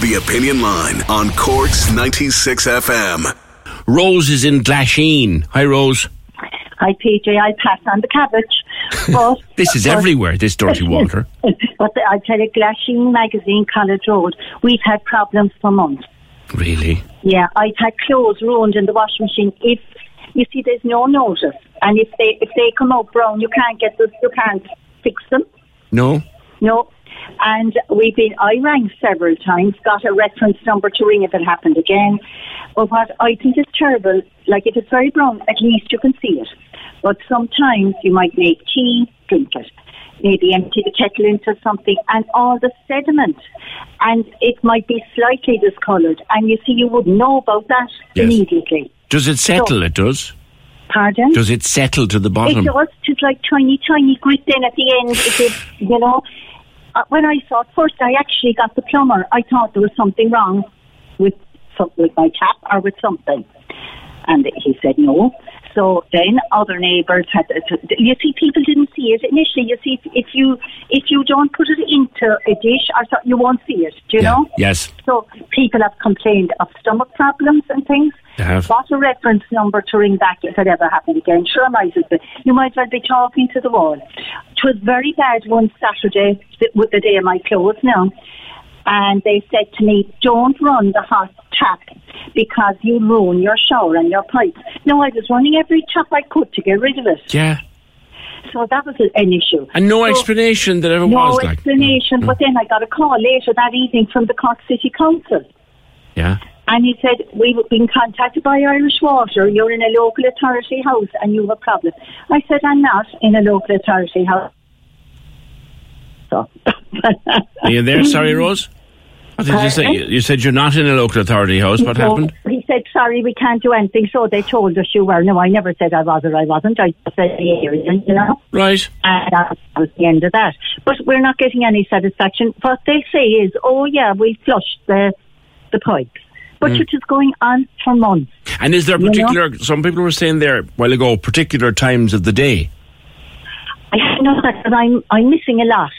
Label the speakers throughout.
Speaker 1: The Opinion Line on Cork's 96 FM.
Speaker 2: Rose is in Glasheen. Hi, Rose.
Speaker 3: Hi, PJ. I pass on the cabbage. But,
Speaker 2: This is
Speaker 3: but-
Speaker 2: everywhere, this dirty water.
Speaker 3: But I tell you, Glasheen Magazine, College Road, we've had problems for months.
Speaker 2: Really?
Speaker 3: Yeah, I've had clothes ruined in the washing machine. If you see, there's no notice, and if they if they come out brown, you can't get this, you can't fix them.
Speaker 2: No?
Speaker 3: No. And we've been, I rang several times, got a reference number to ring if it happened again. But what I think is terrible, like if it's very brown, at least you can see it. But sometimes you might make tea, drink it, maybe empty the kettle into something, and all the sediment. And it might be slightly discoloured. And you see, you would know about that
Speaker 2: Yes.
Speaker 3: immediately.
Speaker 2: Does it settle? It does.
Speaker 3: Pardon?
Speaker 2: Does it settle to the
Speaker 3: It
Speaker 2: bottom?
Speaker 3: does. It's like tiny, tiny grit then at the end. It is, you know. Uh, when I saw it first, I actually got the plumber. I thought there was something wrong with some- with my tap or with something, and he said no. So then other neighbours had. You see, people didn't see it initially. You see, if, if you if you don't put it into a dish or something, you won't see it. Do you
Speaker 2: Yeah.
Speaker 3: know?
Speaker 2: Yes.
Speaker 3: So people have complained of stomach problems and things.
Speaker 2: They have.
Speaker 3: What a reference number to ring back if it ever happened again. Sure, might as well. You might well be talking to the wall. It was very bad one Saturday th- with the day of my clothes now. And they said to me, don't run the hot tap because you ruin your shower and your pipes. No, I was running every tap I could to get rid of it.
Speaker 2: Yeah.
Speaker 3: So that was an issue.
Speaker 2: And no
Speaker 3: So-
Speaker 2: explanation that ever
Speaker 3: No
Speaker 2: was like. Mm.
Speaker 3: explanation. But then I got a call later that evening from the Cork City Council.
Speaker 2: Yeah.
Speaker 3: And he said, We've been contacted by Irish Water. You're in a local authority house and you have a problem. I said, I'm not in a local authority house. So,
Speaker 2: Are you there? Sorry, Rose? What did you say? You you said you're not in a local authority house. What happened?
Speaker 3: He said, Sorry, we can't do anything. So they told us you were. No, I never said I was or I wasn't. I just said the area, you know.
Speaker 2: Right.
Speaker 3: And that was the end of that. But we're not getting any satisfaction. What they say is, Oh, yeah, we flushed the, the pipes. But
Speaker 2: Mm.
Speaker 3: it is going on for months.
Speaker 2: And is there
Speaker 3: You know?
Speaker 2: particular, some people were saying there a while ago, particular times of the day?
Speaker 3: I have no that because I'm I'm missing a lot.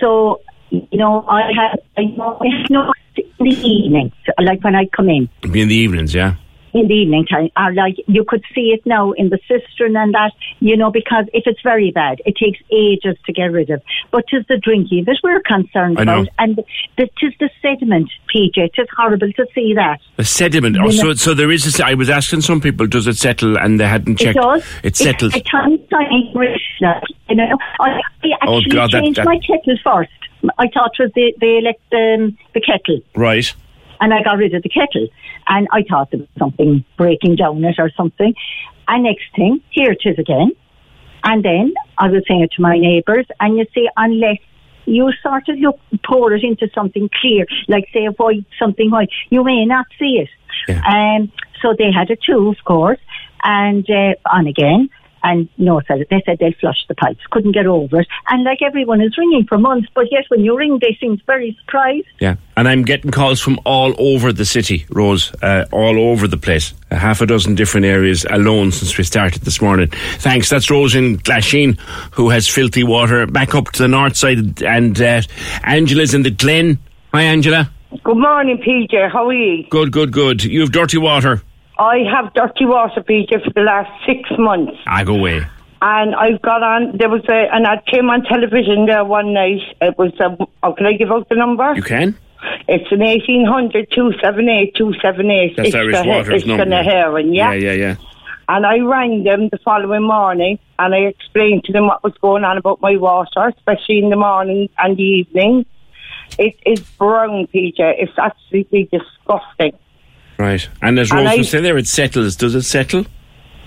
Speaker 3: So you know, I have I know I have no in the evening, like when I come in
Speaker 2: It'd be in the evenings, yeah?
Speaker 3: in the evening time, or like you could see it now in the cistern and that, you know, because if it's very bad, it takes ages to get rid of. But 'tis the drinking that we're concerned
Speaker 2: I know.
Speaker 3: about, and the, the, 'tis the sediment, PJ. 'Tis horrible to see that.
Speaker 2: The sediment. Oh, so, so there is. A, se- I was asking some people, does it settle? And they hadn't checked.
Speaker 3: It does.
Speaker 2: It settles.
Speaker 3: It's a tiny, tiny grizzly, you know. I, I
Speaker 2: Oh,
Speaker 3: actually
Speaker 2: God, that-
Speaker 3: changed
Speaker 2: that-
Speaker 3: my kettle first. I thought it was the the, elect, um, the kettle,
Speaker 2: right.
Speaker 3: and I got rid of the kettle, and I thought there was something breaking down it or something. And next thing, here it is again. And then I was saying it to my neighbours, and you see, unless you sort of look, pour it into something clear, like say a white, something white, you may not see it.
Speaker 2: Yeah.
Speaker 3: Um, so they had it too, of course, and uh, on again. And no, said they said they flushed the pipes, couldn't get over it. And like everyone is ringing for months, but yet when you ring, they seem very surprised.
Speaker 2: Yeah. And I'm getting calls from all over the city, Rose, uh, all over the place. A half a dozen different areas alone since we started this morning. Thanks. That's Rose in Glasheen, who has filthy water back up to the north side. And uh, Angela's in the Glen. Hi, Angela.
Speaker 4: Good morning, PJ. How are you?
Speaker 2: Good, good, good. You have dirty water.
Speaker 4: I have dirty water, PJ, for the last six months.
Speaker 2: I go away.
Speaker 4: And I've got on, there was a, and I came on television there one night. It was, a, oh, can I give out the number?
Speaker 2: You can?
Speaker 4: It's an 1800 278 278.
Speaker 2: That's
Speaker 4: it's
Speaker 2: Irish
Speaker 4: the, he-
Speaker 2: Water's
Speaker 4: It's
Speaker 2: number.
Speaker 4: in a hearing, yeah?
Speaker 2: Yeah, yeah, yeah.
Speaker 4: And I rang them the following morning and I explained to them what was going on about my water, especially in the morning and the evening. It is brown, PJ. It's absolutely disgusting.
Speaker 2: Right. And as
Speaker 4: And
Speaker 2: Rose
Speaker 4: I-
Speaker 2: was saying there, it settles. Does it settle?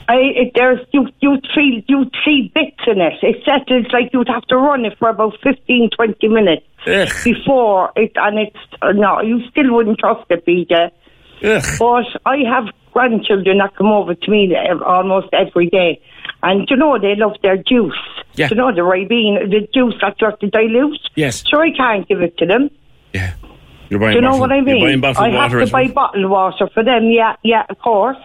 Speaker 4: I, it, there's you you three you three bits in it. It settles like you'd have to run it for about 15, 20 minutes
Speaker 2: Ugh.
Speaker 4: before it, and it's uh, no, you still wouldn't trust it, Peter.
Speaker 2: Ugh.
Speaker 4: But I have grandchildren that come over to me ev- almost every day, and you know they love their juice.
Speaker 2: Yeah.
Speaker 4: You know the ribena, the juice that you have to dilute.
Speaker 2: Yes.
Speaker 4: So I can't give it to them.
Speaker 2: Yeah. You're buying
Speaker 4: Do you know
Speaker 2: bottled-
Speaker 4: what I
Speaker 2: You're buying
Speaker 4: mean?
Speaker 2: bottled
Speaker 4: I have
Speaker 2: water
Speaker 4: to
Speaker 2: as well.
Speaker 4: buy bottled water for them. Yeah, yeah, of course.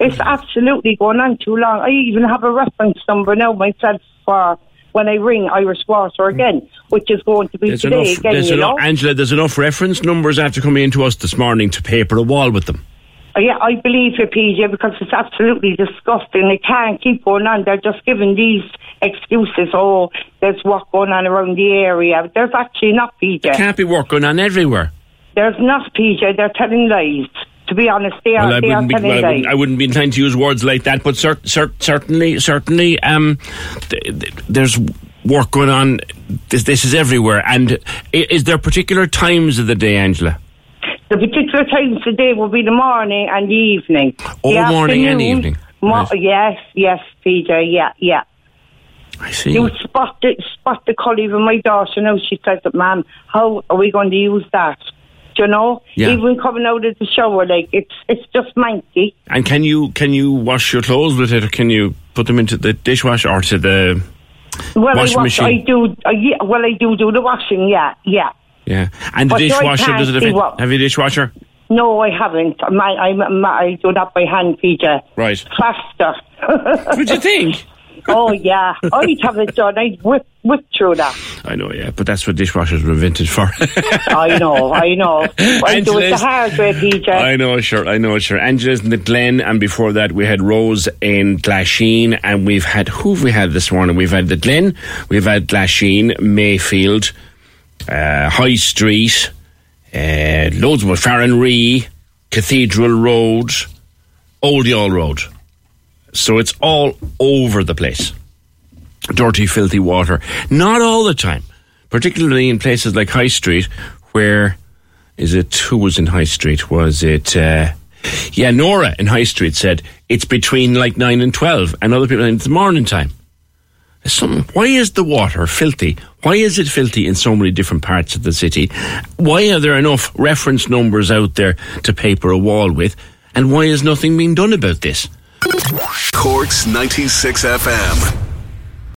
Speaker 4: It's absolutely going on too long. I even have a reference number now myself for when I ring Irish Water again, which is going to be
Speaker 2: Hmm. There's
Speaker 4: today
Speaker 2: enough,
Speaker 4: again,
Speaker 2: there's
Speaker 4: you
Speaker 2: enough,
Speaker 4: know.
Speaker 2: Angela, there's enough reference numbers after coming into us this morning to paper a wall with them.
Speaker 4: Uh, Yeah, I believe you, PJ, because it's absolutely disgusting. They can't keep going on. They're just giving these excuses. Oh, there's work going on around the area. There's actually not, PJ.
Speaker 2: Can't be work going on everywhere.
Speaker 4: There's not, PJ. They're telling lies. To be honest, they are,
Speaker 2: Well, I
Speaker 4: they are
Speaker 2: wouldn't, be,
Speaker 4: telling
Speaker 2: well, I,
Speaker 4: lies.
Speaker 2: wouldn't, I wouldn't be inclined to use words like that, but cer- cer- certainly, certainly, um, th- th- there's work going on. This, this is everywhere. And i- is there particular times of the day, Angela?
Speaker 4: The particular times today will be the morning and the evening.
Speaker 2: All
Speaker 4: The
Speaker 2: morning and
Speaker 4: afternoon,
Speaker 2: evening.
Speaker 4: Mo-
Speaker 2: Right.
Speaker 4: Yes, yes, PJ. Yeah, yeah.
Speaker 2: I see.
Speaker 4: You spot the, spot the collie with my daughter now. She says, Mom, how are we going to use that? Do you know?
Speaker 2: Yeah.
Speaker 4: Even coming out of the shower, like, it's it's just manky.
Speaker 2: And can you can you wash your clothes with it, or can you put them into the dishwasher or to the
Speaker 4: Well,
Speaker 2: Washing
Speaker 4: I wash,
Speaker 2: machine.
Speaker 4: I do, I, yeah, well, I do do the washing, yeah, yeah.
Speaker 2: yeah? And the
Speaker 4: But I
Speaker 2: dishwasher
Speaker 4: can't
Speaker 2: does it
Speaker 4: see
Speaker 2: affect?
Speaker 4: what-
Speaker 2: Have you a dishwasher?
Speaker 4: No, I haven't. My, I, my, I do that by hand, PJ.
Speaker 2: Right.
Speaker 4: Faster.
Speaker 2: What do you think?
Speaker 4: oh, yeah. I'd have it done. I'd whip, whip through that.
Speaker 2: I know, yeah, but that's what dishwashers were invented for.
Speaker 4: I know, I know. I do it the
Speaker 2: Angela's-
Speaker 4: hard way, PJ.
Speaker 2: I know, sure. I know, sure. Angela's in the Glen, and before that, we had Rose in Glasheen, and we've had who've we had this morning? We've had the Glen, we've had Glasheen, Mayfield, uh, High Street, uh, loads of Farrenree, Cathedral Road, Old Yall Road. So it's all over the place. Dirty, filthy water. Not all the time, particularly in places like High Street, where is it who was in High Street? Was it uh, yeah, Nora in High Street said it's between like nine and twelve, and other people said, it's morning time. There's Some, why is the water filthy? Why is it filthy in so many different parts of the city? Why are there enough reference numbers out there to paper a wall with? And why is nothing being done about this?
Speaker 1: Corks 96 FM.